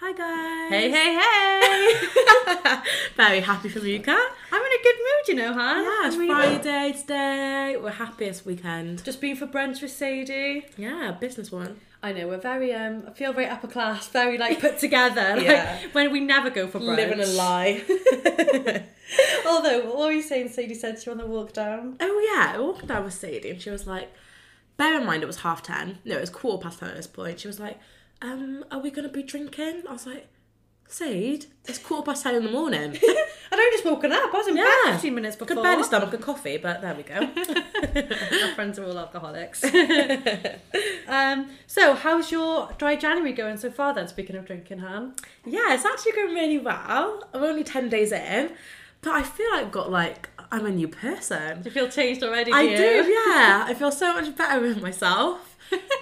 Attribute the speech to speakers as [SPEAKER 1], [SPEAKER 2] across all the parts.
[SPEAKER 1] Hi guys.
[SPEAKER 2] Hey, hey, hey! Very happy for Luca. I'm in a good mood, you know, Han.
[SPEAKER 1] Yeah, it's
[SPEAKER 2] I'm really well.
[SPEAKER 1] Friday today. We're happiest weekend.
[SPEAKER 2] Just been for brunch with Sadie.
[SPEAKER 1] Yeah, business one.
[SPEAKER 2] I know, we're very, um, I feel very upper class, very like put together. Like,
[SPEAKER 1] Yeah.
[SPEAKER 2] When we never go for brunch.
[SPEAKER 1] lie.
[SPEAKER 2] Although, what were you saying? Sadie said to you on the walk down.
[SPEAKER 1] oh yeah, I walked down with Sadie and she was like, bear in mind it was half ten. No, it was quarter past ten at this point. She was like, um, are we gonna be drinking? I was like, Sade, it's quarter past ten in the morning.
[SPEAKER 2] And I just woken up. I was in
[SPEAKER 1] Yeah.
[SPEAKER 2] bed 15 minutes
[SPEAKER 1] I could
[SPEAKER 2] before.
[SPEAKER 1] barely stomach a coffee, but there we go.
[SPEAKER 2] Our friends are all alcoholics. um, so, how's your dry January going so far then? Speaking of drinking, Han.
[SPEAKER 1] Yeah, it's actually going really well. I'm only 10 days in, but I feel like I've got like, I'm a new person.
[SPEAKER 2] Do you feel changed already?
[SPEAKER 1] I
[SPEAKER 2] you?
[SPEAKER 1] do, yeah. I feel so much better with myself.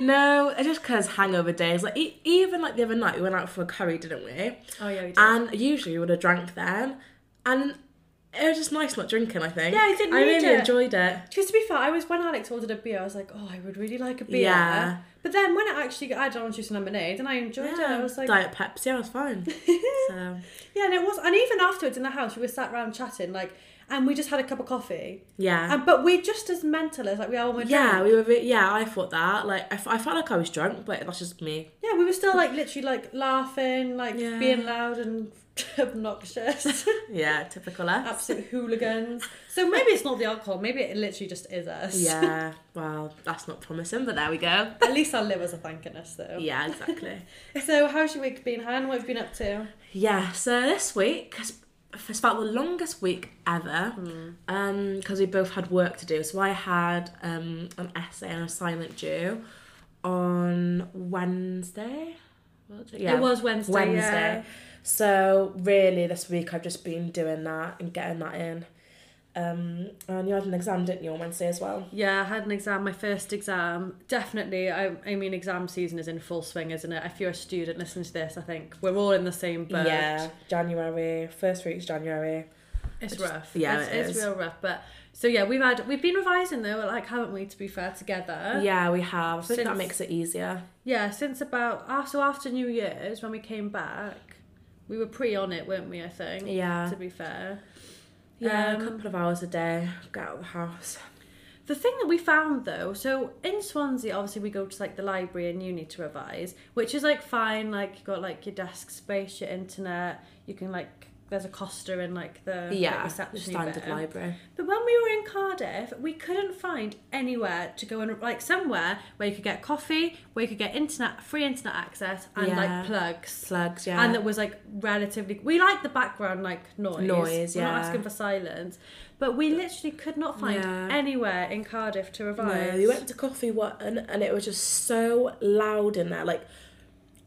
[SPEAKER 1] no, it's just because hangover days, like e- even like the other night, we went out for a curry, didn't we?
[SPEAKER 2] Oh, yeah, you do.
[SPEAKER 1] And usually we would have drank then. And it was just nice not drinking, I think.
[SPEAKER 2] Yeah, I didn't
[SPEAKER 1] I
[SPEAKER 2] need
[SPEAKER 1] really
[SPEAKER 2] it.
[SPEAKER 1] enjoyed it.
[SPEAKER 2] Just to be fair, I was when Alex ordered a beer, I was like, oh, I would really like a beer.
[SPEAKER 1] Yeah.
[SPEAKER 2] But then when it actually got added on juice and lemonade, and I enjoyed it, I was like,
[SPEAKER 1] Diet Pepsi, I was fine. so,
[SPEAKER 2] yeah, and it was. And even afterwards in the house, we were sat around chatting, like, and we just had a cup of coffee.
[SPEAKER 1] yeah.
[SPEAKER 2] And but we're just as mental as like we are when we're
[SPEAKER 1] yeah,
[SPEAKER 2] drunk.
[SPEAKER 1] we were. Re- yeah, I thought that. Like, I, f- I felt like I was drunk, but that's just me.
[SPEAKER 2] Yeah, we were still like literally like laughing, like
[SPEAKER 1] Yeah.
[SPEAKER 2] being loud and obnoxious,
[SPEAKER 1] Yeah, typical us.
[SPEAKER 2] absolute hooligans. So maybe it's not the alcohol. Maybe it literally just is us.
[SPEAKER 1] Yeah, well, that's not promising, but there we go.
[SPEAKER 2] At least our livers are thanking us though.
[SPEAKER 1] Yeah, exactly.
[SPEAKER 2] So how's your week been, Han? What have you been up to?
[SPEAKER 1] yeah, so this week has it's about the longest week ever because we both had work to do. So I had um, an essay and assignment due on Wednesday. Was it?
[SPEAKER 2] It was Wednesday. yeah.
[SPEAKER 1] Wednesday. So really, this week I've just been doing that and getting that in. Um, and you had an exam, didn't you, on Wednesday as well?
[SPEAKER 2] Yeah, I had an exam, my first exam. Definitely, I, I mean, exam season is in full swing, isn't it? If you're a student listening to this, I think we're all in the same boat.
[SPEAKER 1] yeah, January first week's January.
[SPEAKER 2] it's
[SPEAKER 1] Which is-
[SPEAKER 2] rough.
[SPEAKER 1] yeah,
[SPEAKER 2] it's,
[SPEAKER 1] it
[SPEAKER 2] it's
[SPEAKER 1] is.
[SPEAKER 2] real rough. But so yeah, we've had we've been revising though, like haven't we? To be fair, together.
[SPEAKER 1] Yeah, we have. I think that
[SPEAKER 2] Since-
[SPEAKER 1] makes it easier.
[SPEAKER 2] Yeah, since about ah, so after New Year's when we came back, we were pretty on it, weren't we? I think.
[SPEAKER 1] Yeah.
[SPEAKER 2] To be fair.
[SPEAKER 1] Yeah,
[SPEAKER 2] Um,
[SPEAKER 1] a couple of hours a day. Get out of the house.
[SPEAKER 2] The thing that we found though, so in Swansea, obviously we go to like the library and you need to revise, which is like fine. Like you've got like your desk space, your internet. You can like there's a Costa in like the like,
[SPEAKER 1] yeah,
[SPEAKER 2] reception
[SPEAKER 1] standard
[SPEAKER 2] bit.
[SPEAKER 1] library.
[SPEAKER 2] But when we were in Cardiff, we couldn't find anywhere to go and like somewhere where you could get coffee, where you could get internet free internet access and
[SPEAKER 1] Yeah.
[SPEAKER 2] like plugs.
[SPEAKER 1] Slugs, yeah.
[SPEAKER 2] And that was like relatively. We like the background like noise.
[SPEAKER 1] Noise,
[SPEAKER 2] We're
[SPEAKER 1] yeah.
[SPEAKER 2] not asking for silence, but we literally could not find
[SPEAKER 1] Yeah.
[SPEAKER 2] anywhere in Cardiff to revise.
[SPEAKER 1] no, we went to coffee one and it was just so loud in there. Like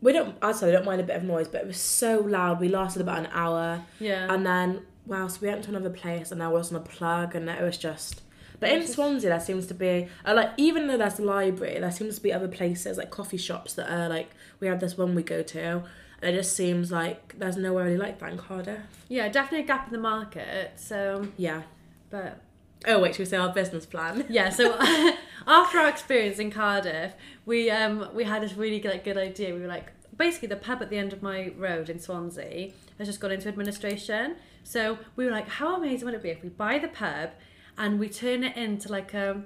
[SPEAKER 1] we don't I'd say we don't mind a bit of noise, but it was so loud. We lasted about an hour
[SPEAKER 2] Yeah.
[SPEAKER 1] and then well, so we went to another place and there wasn't a plug and it was just but in Swansea there seems to be uh, like even though there's a library, there seems to be other places like coffee shops that are like we have this one we go to and it just seems like there's nowhere really like that in Cardiff.
[SPEAKER 2] yeah, definitely a gap in the market. So,
[SPEAKER 1] Yeah.
[SPEAKER 2] but
[SPEAKER 1] Oh wait, should we say our business plan?
[SPEAKER 2] yeah. So after our experience in Cardiff, we um we had this really like good idea. We were like. Basically, the pub at the end of my road in Swansea has just gone into administration. So we were like, how amazing would it be if we buy the pub and we turn it into like a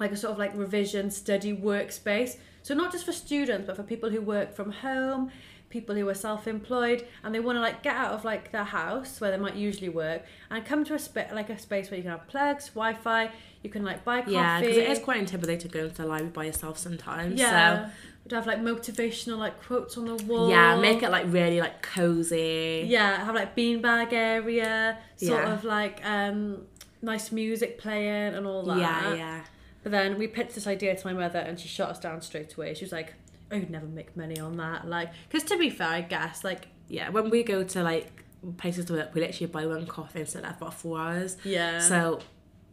[SPEAKER 2] like a sort of like revision study workspace. So not just for students, but for people who work from home, people who are self-employed, and they want to like get out of like their house where they might usually work and come to a spa- like a space where you can have plugs, Wi-Fi, you can like buy coffee.
[SPEAKER 1] Yeah, because it is quite intimidating going to the library by yourself sometimes. So
[SPEAKER 2] yeah. Would have like motivational like quotes on the wall.
[SPEAKER 1] Yeah, make it like really like cozy.
[SPEAKER 2] yeah have like beanbag area, sort
[SPEAKER 1] Yeah.
[SPEAKER 2] of like um nice music playing and all that.
[SPEAKER 1] yeah, yeah.
[SPEAKER 2] But then we pitched this idea to my mother and she shot us down straight away. She was like, I would never make money on that. Like, because to be fair, I guess, like,
[SPEAKER 1] Yeah, When we go to like places to work, we literally buy one coffee and sit there for about four hours.
[SPEAKER 2] yeah.
[SPEAKER 1] So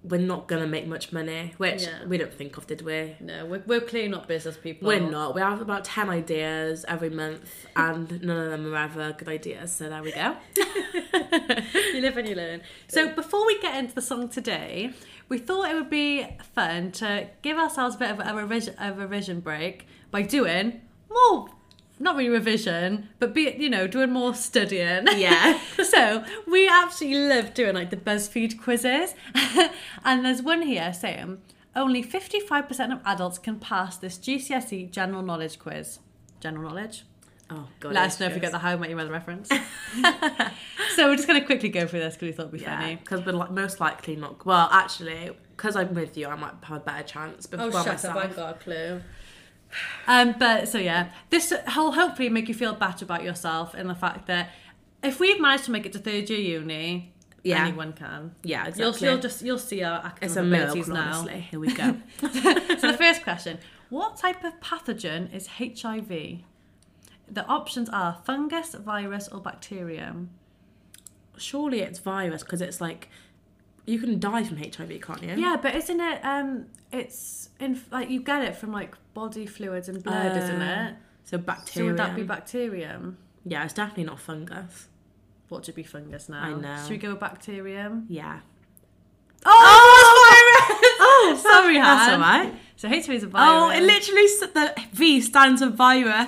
[SPEAKER 1] we're not gonna make much money, which
[SPEAKER 2] Yeah.
[SPEAKER 1] we didn't think of, did we?
[SPEAKER 2] no, we're, we're clearly not business people.
[SPEAKER 1] We're not. We have about ten ideas every month, and none of them are ever good ideas. So there we go.
[SPEAKER 2] You live and you learn. So before we get into the song today, we thought it would be fun to give ourselves a bit of a revision, a revision break by doing more not really revision, but be you know doing more studying.
[SPEAKER 1] Yeah.
[SPEAKER 2] so we absolutely love doing like the BuzzFeed quizzes, and there's one here saying only 55% of adults can pass this GCSE E general knowledge quiz. General knowledge.
[SPEAKER 1] Oh god.
[SPEAKER 2] Let us know if you get the How I Met Your Mother reference. so we're just going to quickly go through this because we thought it'd be
[SPEAKER 1] Yeah,
[SPEAKER 2] funny.
[SPEAKER 1] because we're like most likely not. Well, actually, because I'm with you, I might have a better chance. But by myself.
[SPEAKER 2] got a clue. Um, but so yeah, this will hopefully make you feel better about yourself and the fact that if we've managed to make it to third year uni,
[SPEAKER 1] Yeah.
[SPEAKER 2] anyone can.
[SPEAKER 1] Yeah, exactly.
[SPEAKER 2] You'll, you'll just you'll see our academic
[SPEAKER 1] it's a
[SPEAKER 2] abilities
[SPEAKER 1] miracle,
[SPEAKER 2] now.
[SPEAKER 1] honestly. Here we go.
[SPEAKER 2] so the first question: What type of pathogen is HIV? The options are fungus, virus, or bacterium.
[SPEAKER 1] Surely it's virus because it's like you can die from HIV, can't you?
[SPEAKER 2] Yeah, but isn't it? Um, it's in like you get it from like body fluids and blood, isn't
[SPEAKER 1] Uh,
[SPEAKER 2] it? So
[SPEAKER 1] So bacteria.
[SPEAKER 2] would that be bacterium?
[SPEAKER 1] yeah, it's definitely not fungus.
[SPEAKER 2] What should be fungus now?
[SPEAKER 1] I know.
[SPEAKER 2] Should we go with bacterium?
[SPEAKER 1] Yeah.
[SPEAKER 2] Oh, virus.
[SPEAKER 1] Oh,
[SPEAKER 2] sorry, Han.
[SPEAKER 1] that's alright.
[SPEAKER 2] So HIV is a
[SPEAKER 1] Oh,
[SPEAKER 2] virus.
[SPEAKER 1] it literally s- the V stands for virus.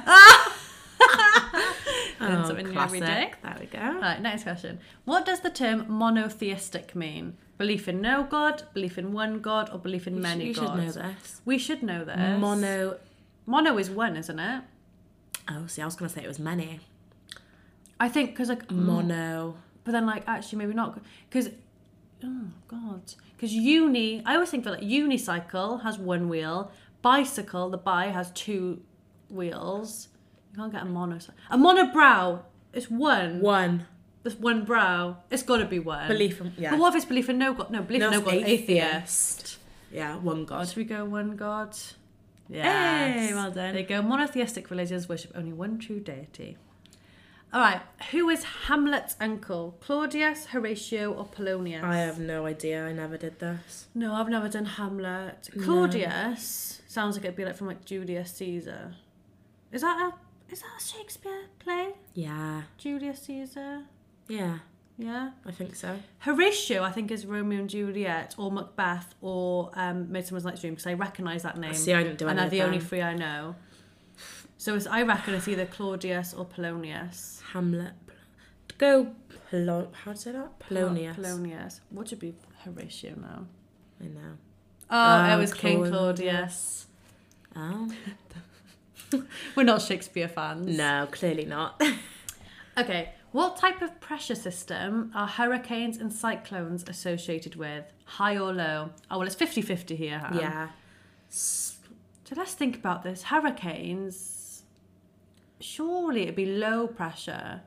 [SPEAKER 2] Learn something new every day.
[SPEAKER 1] Oh, There we go.
[SPEAKER 2] Right, next question. What does the term monotheistic mean? Belief in no god, belief in one god, or belief in
[SPEAKER 1] You
[SPEAKER 2] many
[SPEAKER 1] should, you should
[SPEAKER 2] gods?
[SPEAKER 1] know this.
[SPEAKER 2] We should know this.
[SPEAKER 1] Mono.
[SPEAKER 2] Mono is one, isn't it?
[SPEAKER 1] Oh, see, I was gonna say it was many.
[SPEAKER 2] I think because like
[SPEAKER 1] Mm. Mono.
[SPEAKER 2] but then like actually maybe not because oh god because uni i always think that like unicycle has one wheel bicycle the bi has two wheels you can't get a mono a monobrow it's one
[SPEAKER 1] One.
[SPEAKER 2] there's one brow it's got to be one
[SPEAKER 1] Belief in yeah.
[SPEAKER 2] but what if it's belief in no god no belief in no
[SPEAKER 1] it's
[SPEAKER 2] god atheist,
[SPEAKER 1] Yeah, one
[SPEAKER 2] Oh,
[SPEAKER 1] god.
[SPEAKER 2] should we go one god
[SPEAKER 1] Hey, well done.
[SPEAKER 2] There you go. Monotheistic religions worship only one true deity. All right. Who is Hamlet's uncle? Claudius, Horatio, or Polonius?
[SPEAKER 1] I have no idea. I never did this.
[SPEAKER 2] No, I've never done Hamlet. Claudius sounds like it'd be like from like Julius Caesar. Is that a is that a Shakespeare play?
[SPEAKER 1] Yeah.
[SPEAKER 2] Julius Caesar.
[SPEAKER 1] Yeah.
[SPEAKER 2] Yeah.
[SPEAKER 1] I think so.
[SPEAKER 2] Horatio, I think, is Romeo and Juliet, or Macbeth, or um, Midsummer's Night's Dream, because I recognise that name.
[SPEAKER 1] See, I didn't do
[SPEAKER 2] and
[SPEAKER 1] any
[SPEAKER 2] they're
[SPEAKER 1] of
[SPEAKER 2] the only
[SPEAKER 1] them.
[SPEAKER 2] three I know. So it's, I reckon it's either Claudius or Polonius.
[SPEAKER 1] Hamlet. Go. Polo- How do you say that? Polonius.
[SPEAKER 2] Polonius. What should be Horatio now?
[SPEAKER 1] I know.
[SPEAKER 2] Oh,
[SPEAKER 1] Oh,
[SPEAKER 2] it was King
[SPEAKER 1] Claudius.
[SPEAKER 2] Claudius.
[SPEAKER 1] Oh.
[SPEAKER 2] We're not Shakespeare fans.
[SPEAKER 1] No, clearly not.
[SPEAKER 2] Okay. What type of pressure system are hurricanes and cyclones associated with? High or low? Oh, well, it's 50 50 here. Han.
[SPEAKER 1] yeah. S-
[SPEAKER 2] So let's think about this. Hurricanes, surely it'd be low pressure.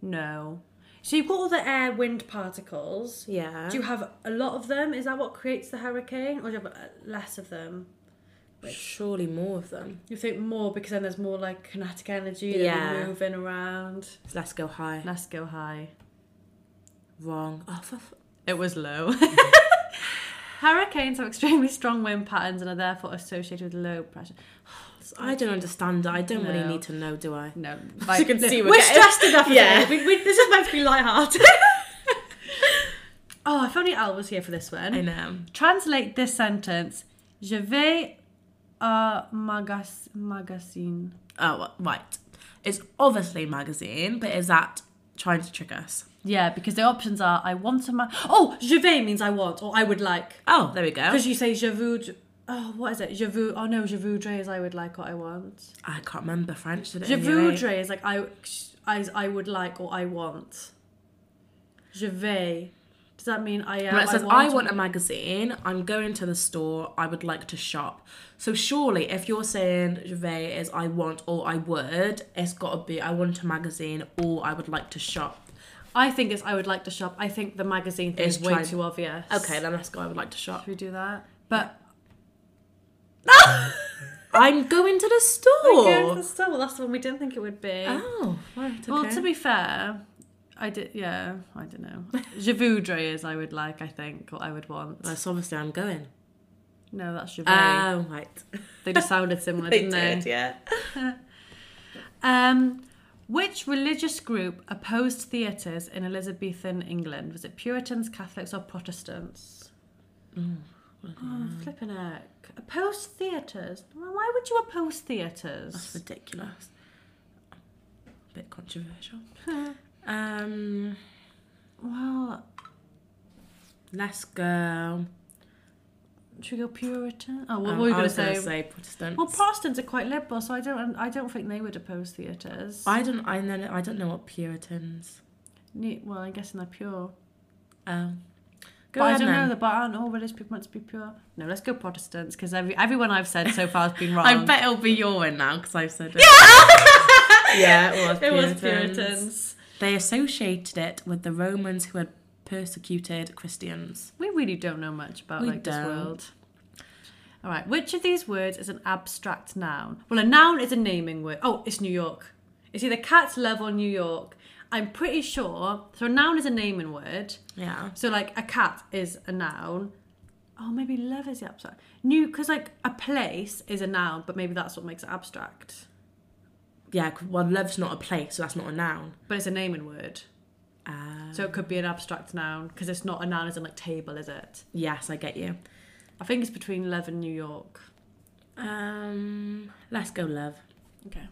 [SPEAKER 2] No. So you've got all the air wind particles.
[SPEAKER 1] Yeah.
[SPEAKER 2] Do you have a lot of them? Is that what creates the hurricane? Or do you have uh, less of them?
[SPEAKER 1] Surely more of them.
[SPEAKER 2] You think more because then there's more like kinetic energy
[SPEAKER 1] they'll be Yeah.
[SPEAKER 2] moving around.
[SPEAKER 1] Let's go high.
[SPEAKER 2] Let's go high.
[SPEAKER 1] Wrong. Oh, for f-
[SPEAKER 2] It was low. Hurricanes have extremely strong wind patterns and are therefore associated with low pressure.
[SPEAKER 1] I don't understand that. I don't really
[SPEAKER 2] No.
[SPEAKER 1] need to know, do I?
[SPEAKER 2] No,
[SPEAKER 1] As you can see, we're
[SPEAKER 2] we're,
[SPEAKER 1] getting-
[SPEAKER 2] stressed enough.
[SPEAKER 1] Yeah.
[SPEAKER 2] Yeah, we, we, this is meant to be lighthearted. oh, if only Al was here for this one.
[SPEAKER 1] know.
[SPEAKER 2] Translate this sentence: Je vais à magas- magazine.
[SPEAKER 1] Oh, well, right. It's obviously magazine, but is that trying to trick us?
[SPEAKER 2] Yeah, because the options are I want a ma- Oh, je vais means I want or I would like.
[SPEAKER 1] Oh, there we go.
[SPEAKER 2] Because you say je voudrais. Oh, what is it? Je vous. Oh no, je voudrais is I would like or I want.
[SPEAKER 1] I can't remember French today.
[SPEAKER 2] Je voudrais is like I, I, I would like or I want. Je vais. Does that mean I am?
[SPEAKER 1] But it says,
[SPEAKER 2] I
[SPEAKER 1] I want a magazine. I'm going to the store. I would like to shop. So surely, if you're saying Gervais is I want or I would, it's got to be I want a magazine or I would like to shop.
[SPEAKER 2] I think it's I would like to shop. I think the magazine thing
[SPEAKER 1] It's
[SPEAKER 2] is way
[SPEAKER 1] trying-
[SPEAKER 2] too obvious.
[SPEAKER 1] Okay, then let's go. I would like to
[SPEAKER 2] Should
[SPEAKER 1] shop.
[SPEAKER 2] we do that? But
[SPEAKER 1] I'm going to the
[SPEAKER 2] we go to
[SPEAKER 1] store.
[SPEAKER 2] the store. Well, that's the one we didn't think it would be.
[SPEAKER 1] Oh, right. Okay.
[SPEAKER 2] Ah, Well, to be fair, I did. Yeah, I don't know. Je voudrais is I would like. I think or I would want.
[SPEAKER 1] That's obviously I'm going.
[SPEAKER 2] No, that's je
[SPEAKER 1] Oh,
[SPEAKER 2] vais.
[SPEAKER 1] right.
[SPEAKER 2] they just sounded similar, didn't Uh, they?
[SPEAKER 1] yeah.
[SPEAKER 2] Um, which religious group opposed theatres in Elizabethan England? Was it Puritans, Catholics, or Protestants?
[SPEAKER 1] Mm,
[SPEAKER 2] Oh, flipping heck. Opposed theatres? Why would you oppose theatres?
[SPEAKER 1] That's ridiculous. bit controversial. Um,
[SPEAKER 2] well,
[SPEAKER 1] let's go.
[SPEAKER 2] should we go Puritan? Oh, what
[SPEAKER 1] um,
[SPEAKER 2] were you
[SPEAKER 1] I
[SPEAKER 2] going to
[SPEAKER 1] was gonna
[SPEAKER 2] say?
[SPEAKER 1] say Protestant.
[SPEAKER 2] Well, Protestants are quite liberal, so I don't. I don't think they would oppose theatres.
[SPEAKER 1] I don't. I know. I don't know what Puritans.
[SPEAKER 2] Ne- well, I'm guessing they're pure.
[SPEAKER 1] Um,
[SPEAKER 2] Go
[SPEAKER 1] But I
[SPEAKER 2] I don't
[SPEAKER 1] don't
[SPEAKER 2] know. The but aren't all religious people meant to be pure? No, let's go Protestants because every, everyone I've said so far has been wrong.
[SPEAKER 1] I bet it'll be your one now because I've said it. Yeah, yeah,
[SPEAKER 2] it was Puritans.
[SPEAKER 1] They associated it with the Romans who had persecuted Christians.
[SPEAKER 2] We really don't know much about
[SPEAKER 1] We
[SPEAKER 2] like this
[SPEAKER 1] don't.
[SPEAKER 2] world. All right, which of these words is an abstract noun? Well, a noun is a naming word. Oh, it's New York. It's either cats love or New York. I'm pretty sure. So a noun is a naming word.
[SPEAKER 1] Yeah.
[SPEAKER 2] So like a cat is a noun. Oh, maybe love is the abstract. New because like a place is a noun, but maybe that's what makes it abstract.
[SPEAKER 1] Yeah, 'cause- well, love's not a place, so that's not a noun.
[SPEAKER 2] But it's a naming word,
[SPEAKER 1] Uh,
[SPEAKER 2] so it could be an abstract noun because it's not a noun as in like table, is it?
[SPEAKER 1] yes, I get you.
[SPEAKER 2] I think it's between love and New York.
[SPEAKER 1] Um, let's go, love.
[SPEAKER 2] Okay.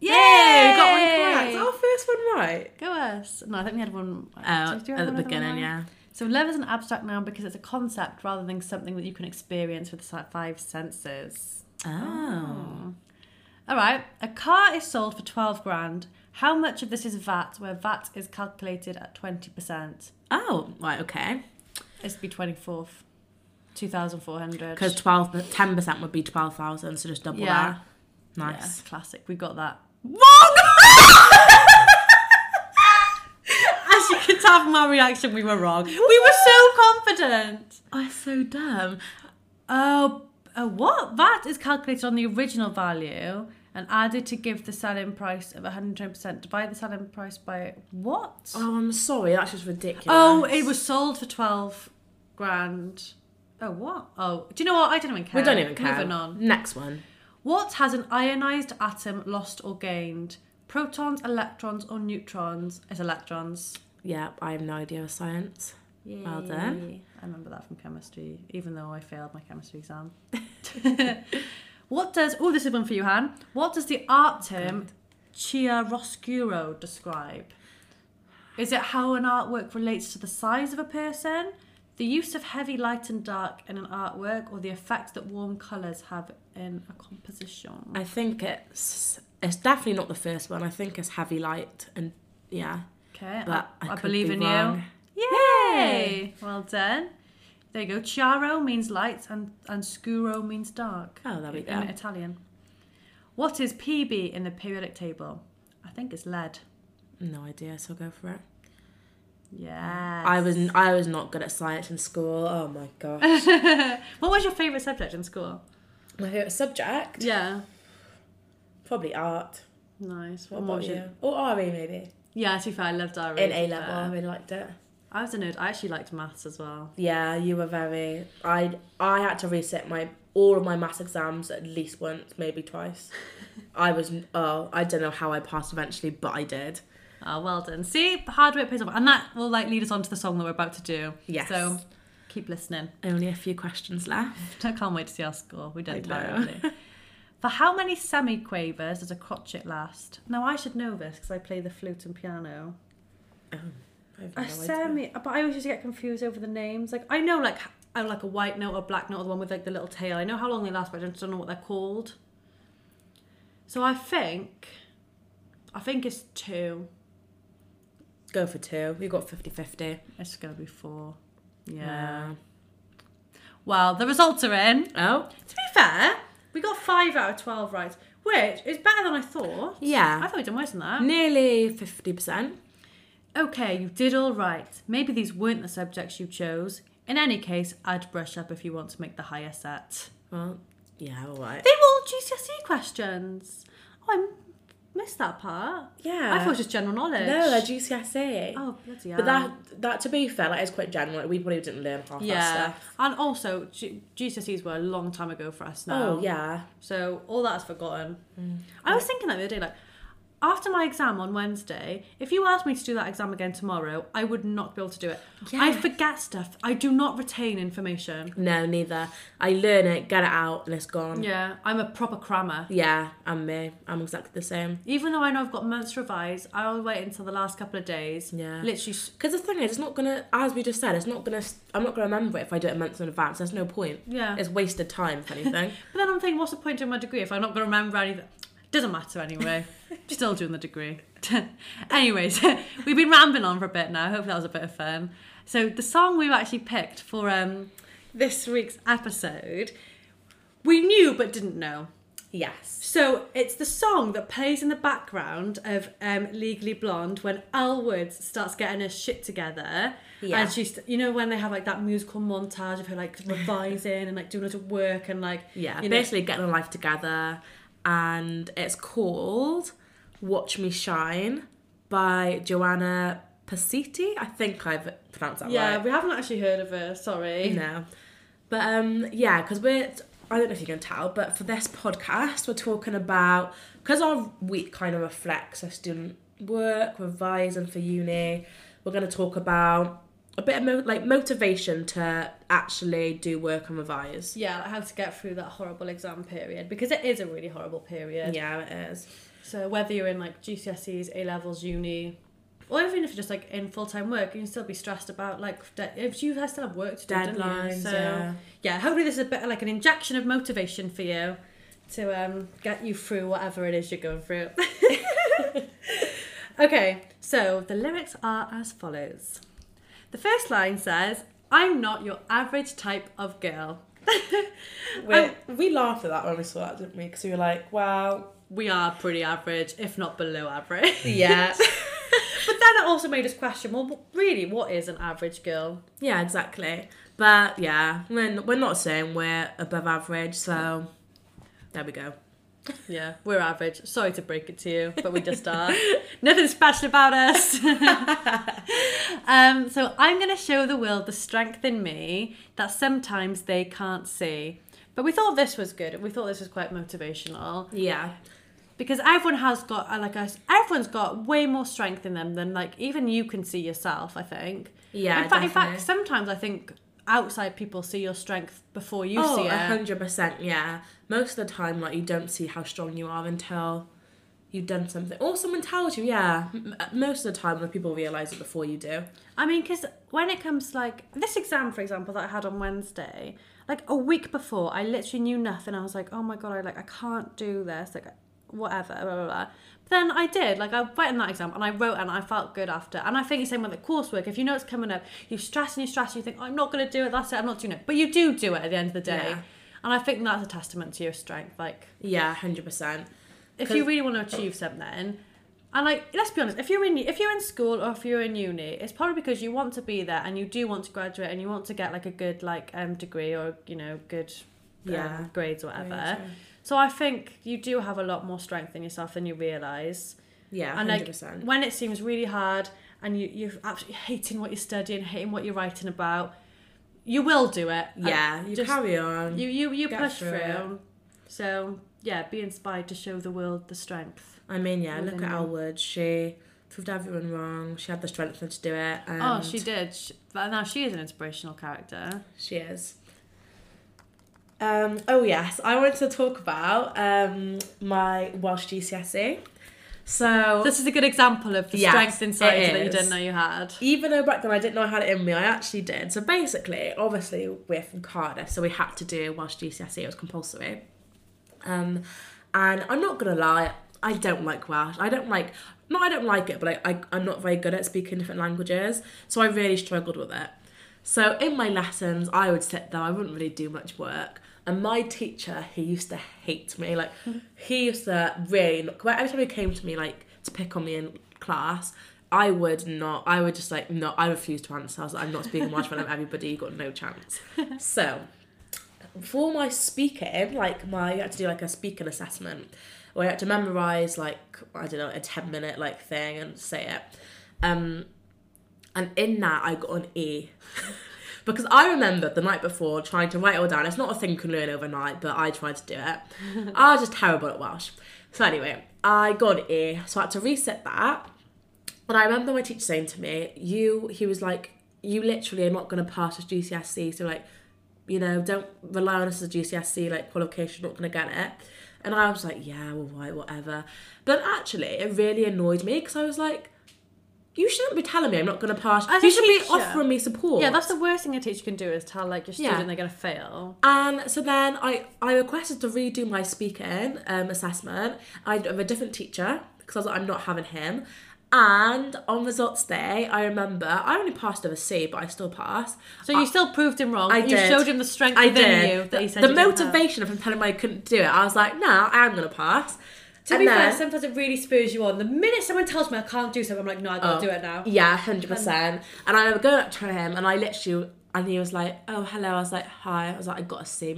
[SPEAKER 1] Yay!
[SPEAKER 2] Got one correct.
[SPEAKER 1] Is our first one right?
[SPEAKER 2] Go us. No, I think we had one.
[SPEAKER 1] Oh,
[SPEAKER 2] did you have
[SPEAKER 1] at the
[SPEAKER 2] one other
[SPEAKER 1] beginning,
[SPEAKER 2] one?
[SPEAKER 1] yeah.
[SPEAKER 2] So love is an abstract noun because it's a concept rather than something that you can experience with the five senses. Hmm.
[SPEAKER 1] Oh.
[SPEAKER 2] All right. A car is sold for 12 grand. How much of this is VAT, where VAT is calculated at 20%?
[SPEAKER 1] Oh, right, okay.
[SPEAKER 2] It's be 24th, 2,400.
[SPEAKER 1] Because 12, 10% would be 12,000, so just double
[SPEAKER 2] Yeah.
[SPEAKER 1] that. Nice.
[SPEAKER 2] Yeah, classic. We got that.
[SPEAKER 1] Wrong!
[SPEAKER 2] As you could tell from our reaction, we were wrong. We were so confident.
[SPEAKER 1] I'm so dumb.
[SPEAKER 2] Oh, uh, what? VAT is calculated on the original value and added to give the selling price of 120%. Divide the selling price by what?
[SPEAKER 1] Oh, I'm sorry, that's just ridiculous.
[SPEAKER 2] Oh, it was sold for twelve grand. Oh what? Oh, do you know what? I don't even care.
[SPEAKER 1] We don't even care.
[SPEAKER 2] Moving on.
[SPEAKER 1] Next one.
[SPEAKER 2] What has an ionized atom lost or gained? Protons, electrons, or neutrons? It's electrons.
[SPEAKER 1] Yeah, I have no idea of science. Well
[SPEAKER 2] Yay.
[SPEAKER 1] done.
[SPEAKER 2] I remember that from chemistry, even though I failed my chemistry exam. what does? Oh, this is one for you, Han. What does the art term chiaroscuro describe? Is it how an artwork relates to the size of a person, the use of heavy light and dark in an artwork, or the effect that warm colours have in a composition?
[SPEAKER 1] I think it's it's definitely not the first one. I think it's heavy light and yeah.
[SPEAKER 2] Okay,
[SPEAKER 1] But
[SPEAKER 2] I,
[SPEAKER 1] I,
[SPEAKER 2] I
[SPEAKER 1] could
[SPEAKER 2] believe
[SPEAKER 1] be
[SPEAKER 2] in you.
[SPEAKER 1] wrong.
[SPEAKER 2] Yay! Well done. There you go. Chiaro means light and, and scuro means dark.
[SPEAKER 1] Oh, there we go.
[SPEAKER 2] In Italian. What is PB in the periodic table? I think it's lead.
[SPEAKER 1] No idea, so go for it.
[SPEAKER 2] Yeah.
[SPEAKER 1] I was I was not good at science in school. Oh my god.
[SPEAKER 2] what was your favourite subject in school?
[SPEAKER 1] my favorite subject
[SPEAKER 2] Yeah.
[SPEAKER 1] probably art.
[SPEAKER 2] Nice.
[SPEAKER 1] What
[SPEAKER 2] What,
[SPEAKER 1] about
[SPEAKER 2] was
[SPEAKER 1] you?
[SPEAKER 2] your...
[SPEAKER 1] Or RE maybe
[SPEAKER 2] Yeah, to be fair, I loved RE.
[SPEAKER 1] in
[SPEAKER 2] to
[SPEAKER 1] A
[SPEAKER 2] be
[SPEAKER 1] level. I
[SPEAKER 2] fair.
[SPEAKER 1] really liked it.
[SPEAKER 2] I was a nerd. I actually liked maths as well.
[SPEAKER 1] Yeah, you were very. I I had to reset my all of my maths exams at least once, maybe twice. I was oh I don't know how I passed eventually, but I did.
[SPEAKER 2] Oh, well done. See, hard work pays off. And that will like lead us on to the song that we're about to do.
[SPEAKER 1] Yes.
[SPEAKER 2] So keep listening.
[SPEAKER 1] Only a few questions left.
[SPEAKER 2] I can't wait to see our score. We
[SPEAKER 1] I
[SPEAKER 2] don't
[SPEAKER 1] know.
[SPEAKER 2] terribly. For how many semiquavers does a crotchet last? Now I should know this because I play the flute and piano.
[SPEAKER 1] I have
[SPEAKER 2] A
[SPEAKER 1] no idea.
[SPEAKER 2] semi, but I always used to get confused over the names. Like I know, like h- oh, like a white note or a black note, or the one with like the little tail. I know how long they last, but I just don't know what they're called. So I think, I think it's two.
[SPEAKER 1] Go for two. We've got 50 50.
[SPEAKER 2] It's gonna be four. Yeah. Well, the results are in.
[SPEAKER 1] Oh?
[SPEAKER 2] To be fair, we got five out of twelve right, which is better than I thought. I
[SPEAKER 1] Yeah.
[SPEAKER 2] thought we'd done worse than that.
[SPEAKER 1] Nearly 50%.
[SPEAKER 2] Okay, you did all right. Maybe these weren't the subjects you chose. In any case, I'd brush up if you want to make the higher set.
[SPEAKER 1] Well, yeah, alright.
[SPEAKER 2] They were all GCSE E questions. Oh, I missed that part.
[SPEAKER 1] Yeah.
[SPEAKER 2] I thought it was just general knowledge.
[SPEAKER 1] No, they're GCSE.
[SPEAKER 2] Oh, bloody hell.
[SPEAKER 1] E. But that, that, to be fair, that is quite general. Like, we probably didn't learn half that
[SPEAKER 2] Yeah.
[SPEAKER 1] stuff.
[SPEAKER 2] And also, G- GCSEs were a long time ago for us now.
[SPEAKER 1] Oh, yeah. Mm.
[SPEAKER 2] So all that's forgotten. I was thinking that the other day, like, after my exam on Wednesday, if you asked me to do that exam again tomorrow, I would not be able to do it. I
[SPEAKER 1] Yeah.
[SPEAKER 2] forget stuff. I do not retain information.
[SPEAKER 1] No, neither. I learn it, get it out, and it's gone.
[SPEAKER 2] Yeah, I'm a proper crammer.
[SPEAKER 1] Um, Yeah, I'm me. I'm exactly the same.
[SPEAKER 2] Even though I know I've got months revised, I'll wait until the last couple of days.
[SPEAKER 1] Yeah.
[SPEAKER 2] Literally, s-
[SPEAKER 1] Because the thing is, it's not gonna, as we just said, it's not gonna, I'm not gonna remember it if I do it a month in advance. There's no point.
[SPEAKER 2] yeah.
[SPEAKER 1] It's wasted time, if anything.
[SPEAKER 2] But then I'm thinking, what's the point in my degree if I'm not going to remember anything? Doesn't matter anyway. Still doing the degree. Anyways, we've been rambling on for a bit now. Hopefully that was a bit of fun. So the song we've actually picked for um, this week's episode, we knew but didn't know.
[SPEAKER 1] yes.
[SPEAKER 2] So it's the song that plays in the background of um, Legally Blonde when Elle Woods starts getting her shit together.
[SPEAKER 1] Yeah.
[SPEAKER 2] And she's, you know, when they have like that musical montage of her like revising and like doing a lot of work and like
[SPEAKER 1] Yeah,
[SPEAKER 2] You know-
[SPEAKER 1] basically getting a life together, and it's called "Watch Me Shine" by Joanna Pasiti. I think I've pronounced that
[SPEAKER 2] Yeah,
[SPEAKER 1] right.
[SPEAKER 2] we haven't actually heard of her. Sorry.
[SPEAKER 1] No, but um, yeah, because we're. I don't know if you can tell, but for this podcast, we're talking about because our week kind of reflects our student work, revising for uni. We're going to talk about a bit of mo- like motivation to actually do work and revise.
[SPEAKER 2] Yeah, like how to get through that horrible exam period because it is a really horrible period.
[SPEAKER 1] Yeah, it is.
[SPEAKER 2] So whether you're in like GCSEs, A levels, uni, or even if you're just like in full time work, you can still be stressed about like de- if you I still have work to do. don't you?
[SPEAKER 1] Deadlines.
[SPEAKER 2] So
[SPEAKER 1] yeah.
[SPEAKER 2] yeah, hopefully this is a bit of like an injection of motivation for you to um, get you through whatever it is you're going through. okay, so the lyrics are as follows. The first line says, "I'm not your average type of girl.
[SPEAKER 1] We, we laughed at that when we saw that, didn't we? Because we were like, well,
[SPEAKER 2] We are pretty average, if not below average."
[SPEAKER 1] yeah.
[SPEAKER 2] but then it also made us question, well, really, what is an average girl?
[SPEAKER 1] yeah, exactly. But yeah, we're, we're not saying we're above average, so there we go.
[SPEAKER 2] Yeah, we're average. Sorry to break it to you, but we just are. Nothing special about us. um, so I'm going to show the world the strength in me that sometimes they can't see. But we thought this was good. We thought this was quite motivational
[SPEAKER 1] Yeah.
[SPEAKER 2] because everyone has got uh, like us. Everyone's got way more strength in them than like even you can see yourself. I think.
[SPEAKER 1] Yeah,
[SPEAKER 2] in fact, in fact,
[SPEAKER 1] definitely.
[SPEAKER 2] sometimes I think outside people see your strength before you
[SPEAKER 1] oh,
[SPEAKER 2] see it.
[SPEAKER 1] 100%, yeah. Most of the time, like, you don't see how strong you are until you've done something. Or someone tells you, yeah. M- m- most of the time, the people realise it before you do.
[SPEAKER 2] I mean, because when it comes to like this exam, for example, that I had on Wednesday, like a week before, I literally knew nothing. I was like, oh my god, I like I can't do this, like whatever, blah blah blah. But then I did, like I went in that exam and I wrote and I felt good after. And I think it's the same with the coursework. If you know it's coming up, you stress and you stress and you think, oh, I'm not gonna do it. That's it. I'm not doing it. But you do do it at the end of the day.
[SPEAKER 1] Yeah.
[SPEAKER 2] And I think that's a testament to your strength. Like
[SPEAKER 1] Yeah, 100%.
[SPEAKER 2] if
[SPEAKER 1] 'Cause-
[SPEAKER 2] you really want to achieve something and like let's be honest if you're in if you're in school or if you're in uni it's probably because you want to be there and you do want to graduate and you want to get like a good like um degree or you know good um,
[SPEAKER 1] Yeah.
[SPEAKER 2] grades or whatever so i think you do have a lot more strength in yourself than you realize
[SPEAKER 1] Yeah,
[SPEAKER 2] And, like,
[SPEAKER 1] 100%.
[SPEAKER 2] when it seems really hard and you, you're absolutely hating what you're studying hating what you're writing about you will do it And
[SPEAKER 1] yeah, you
[SPEAKER 2] just-
[SPEAKER 1] carry on.
[SPEAKER 2] you you, you
[SPEAKER 1] Get
[SPEAKER 2] push
[SPEAKER 1] through
[SPEAKER 2] through,
[SPEAKER 1] it.
[SPEAKER 2] so yeah be inspired to show the world the strength
[SPEAKER 1] I mean, yeah, look
[SPEAKER 2] Within
[SPEAKER 1] at
[SPEAKER 2] you.
[SPEAKER 1] Elwood. She proved everyone wrong. She had the strength to do it. And
[SPEAKER 2] Oh, she did. She, but now she is an inspirational character.
[SPEAKER 1] She is. Um, oh, yes. I wanted to talk about um, my Welsh GCSE. E. So,
[SPEAKER 2] This is a good example of the
[SPEAKER 1] Yes,
[SPEAKER 2] strength inside
[SPEAKER 1] it
[SPEAKER 2] you that you
[SPEAKER 1] is.
[SPEAKER 2] didn't know you had.
[SPEAKER 1] even though back then I didn't know I had it in me, I actually did. So, basically, obviously, we're from Cardiff, so we had to do Welsh GCSE. E, It was compulsory. Um, and I'm not gonna lie, I don't like Welsh. I don't like not I don't like it, but I, I I'm not very good at speaking different languages, so I really struggled with it. So in my lessons, I would sit there. I wouldn't really do much work. And my teacher, he used to hate me. Like he used to really not. Every time he came to me, like to pick on me in class, I would not. I would just like no. I refuse to answer. I was like, I'm not speaking Welsh in front of everybody. You got no chance. So for my speaking, like my, I had to do like a speaking assessment where I had to memorize like I don't know a ten minute like thing and say it. Um, and in that I got an E. Because I remember the night before trying to write it all down. It's not a thing you can learn overnight, but I tried to do it. I was just terrible at Welsh. So anyway, I got an E, so I had to reset that. And I remember my teacher saying to me, "You," he was like, "You literally are not going to pass this GCSE, E, so like, you know, don't rely on this as a GCSE E, like qualification. You're not going to get it." And I was like, "Yeah, well, right, whatever." But actually, it really annoyed me because I was like, "You shouldn't be telling me I'm not going to pass.
[SPEAKER 2] As a
[SPEAKER 1] you should be
[SPEAKER 2] teacher.
[SPEAKER 1] offering me support."
[SPEAKER 2] Yeah, that's the worst thing a teacher can do is tell like your student
[SPEAKER 1] Yeah.
[SPEAKER 2] they're gonna fail.
[SPEAKER 1] And Um, so then I, I requested to redo my speaking um, assessment. I of a different teacher because I was like, I'm not having him. And on results day, I remember I only passed with a C, but I still passed.
[SPEAKER 2] So you still proved him wrong.
[SPEAKER 1] I
[SPEAKER 2] you
[SPEAKER 1] did.
[SPEAKER 2] showed him the strength
[SPEAKER 1] I
[SPEAKER 2] within
[SPEAKER 1] did.
[SPEAKER 2] you that he
[SPEAKER 1] the
[SPEAKER 2] said
[SPEAKER 1] the
[SPEAKER 2] you didn't have.
[SPEAKER 1] motivation of him telling me I couldn't do it, I was like, no, I am gonna pass.
[SPEAKER 2] To
[SPEAKER 1] And
[SPEAKER 2] be
[SPEAKER 1] then-
[SPEAKER 2] fair, sometimes it really spurs you on. The minute someone tells me I can't do something, I'm like, no, I gotta
[SPEAKER 1] Oh.
[SPEAKER 2] do it now.
[SPEAKER 1] Yeah, hundred percent. And I remember going up to him, and I literally, and he was like, "Oh, hello." I was like, "Hi." I was like, "I got a C."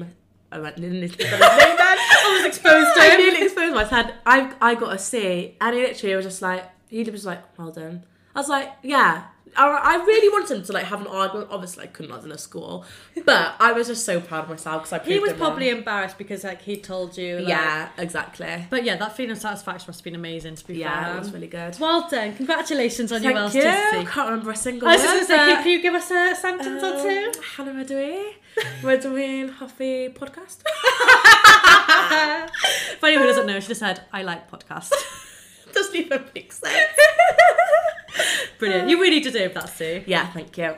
[SPEAKER 1] I went, "No, no, no, no, no, no."
[SPEAKER 2] I was exposed to
[SPEAKER 1] I
[SPEAKER 2] him.
[SPEAKER 1] nearly exposed myself. I said, I, I got a C. And he literally was just like, he was just like, well done. I was like, yeah. I, I really wanted him to like have an argument. Obviously, I couldn't. I was in a school, but I was just so proud of myself because I.
[SPEAKER 2] He
[SPEAKER 1] proved
[SPEAKER 2] was
[SPEAKER 1] him wrong.
[SPEAKER 2] probably embarrassed because like he told you. Like,
[SPEAKER 1] yeah, exactly.
[SPEAKER 2] But yeah, that feeling of satisfaction must have been amazing. To be
[SPEAKER 1] Yeah, it
[SPEAKER 2] fair,
[SPEAKER 1] was really good.
[SPEAKER 2] well done. Congratulations on your Welsh
[SPEAKER 1] Thank you. I
[SPEAKER 2] GCSE.
[SPEAKER 1] can't remember a single.
[SPEAKER 2] I was just
[SPEAKER 1] word,
[SPEAKER 2] gonna say,
[SPEAKER 1] but-
[SPEAKER 2] can, can you give us a sentence or two?
[SPEAKER 1] Hannah Madui. We're doing Huffy podcast.
[SPEAKER 2] If anyone doesn't know, she just said, "I like podcasts."
[SPEAKER 1] Doesn't even make sense.
[SPEAKER 2] Brilliant. You really deserve that, Sue.
[SPEAKER 1] Yeah, thank you.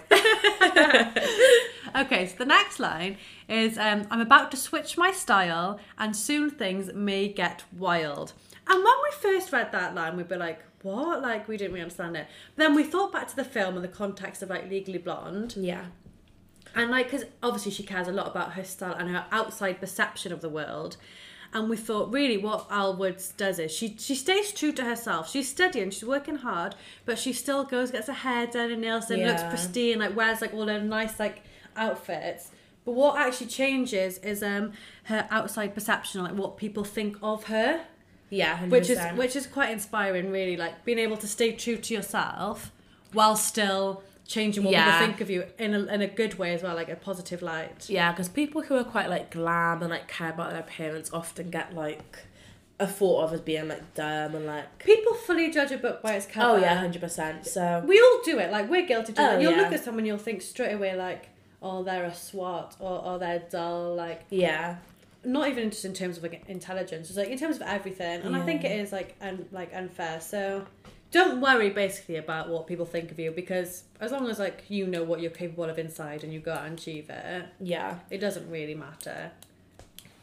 [SPEAKER 2] Okay, so the next line is, um, "I'm about to switch my style, and soon things may get wild." And when we first read that line, we'd be like, "What?" Like we didn't really understand it. But then we thought back to the film and the context of like Legally Blonde.
[SPEAKER 1] Yeah.
[SPEAKER 2] And like, because obviously she cares a lot about her style and her outside perception of the world. And we thought, really, what Al Woods does is she she stays true to herself. She's studying, she's working hard, but she still goes, gets her hair done and nails done, looks
[SPEAKER 1] Yeah.
[SPEAKER 2] pristine, like wears like all her nice like outfits. But what actually changes is um her outside perception, like what people think of her,
[SPEAKER 1] Yeah, 100%.
[SPEAKER 2] which is which is quite inspiring, really. Like being able to stay true to yourself while still changing what
[SPEAKER 1] Yeah.
[SPEAKER 2] people think of you in a, in a good way as well, like a positive light.
[SPEAKER 1] Yeah, because people who are quite like glam and like care about their appearance often get like a thought of as being like dumb and like.
[SPEAKER 2] People fully judge a book by its cover.
[SPEAKER 1] Oh yeah, hundred percent. So
[SPEAKER 2] we all do it. Like we're guilty of doing
[SPEAKER 1] Oh,
[SPEAKER 2] it. You'll
[SPEAKER 1] yeah.
[SPEAKER 2] look at someone, you'll think straight away like, oh, they're a swot, or oh, they're dull. Like
[SPEAKER 1] yeah,
[SPEAKER 2] not even just in terms of like, intelligence, it's like in terms of everything. And I
[SPEAKER 1] Yeah.
[SPEAKER 2] think it is like un- like unfair. So don't worry basically about what people think of you because as long as like you know what you're capable of inside and you go out and achieve it,
[SPEAKER 1] yeah,
[SPEAKER 2] it doesn't really matter.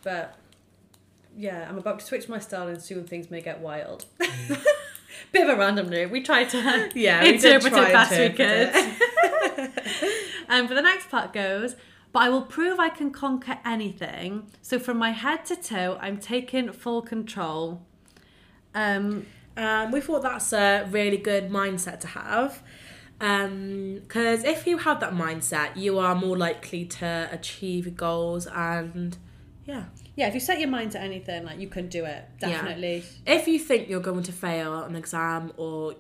[SPEAKER 2] But yeah, I'm about to switch my style and soon things may get wild. Bit of a random note. We tried to
[SPEAKER 1] yeah.
[SPEAKER 2] interpret it best we could. um, but the next part goes, but I will prove I can conquer anything. So from my head to toe, I'm taking full control. Um,
[SPEAKER 1] Um, we thought that's a really good mindset to have. Because if you have that mindset, you are more likely to achieve your goals and yeah.
[SPEAKER 2] yeah, if you set your mind to anything, like you can do it.
[SPEAKER 1] Yeah.
[SPEAKER 2] Definitely.
[SPEAKER 1] If you think you're going to fail at an exam or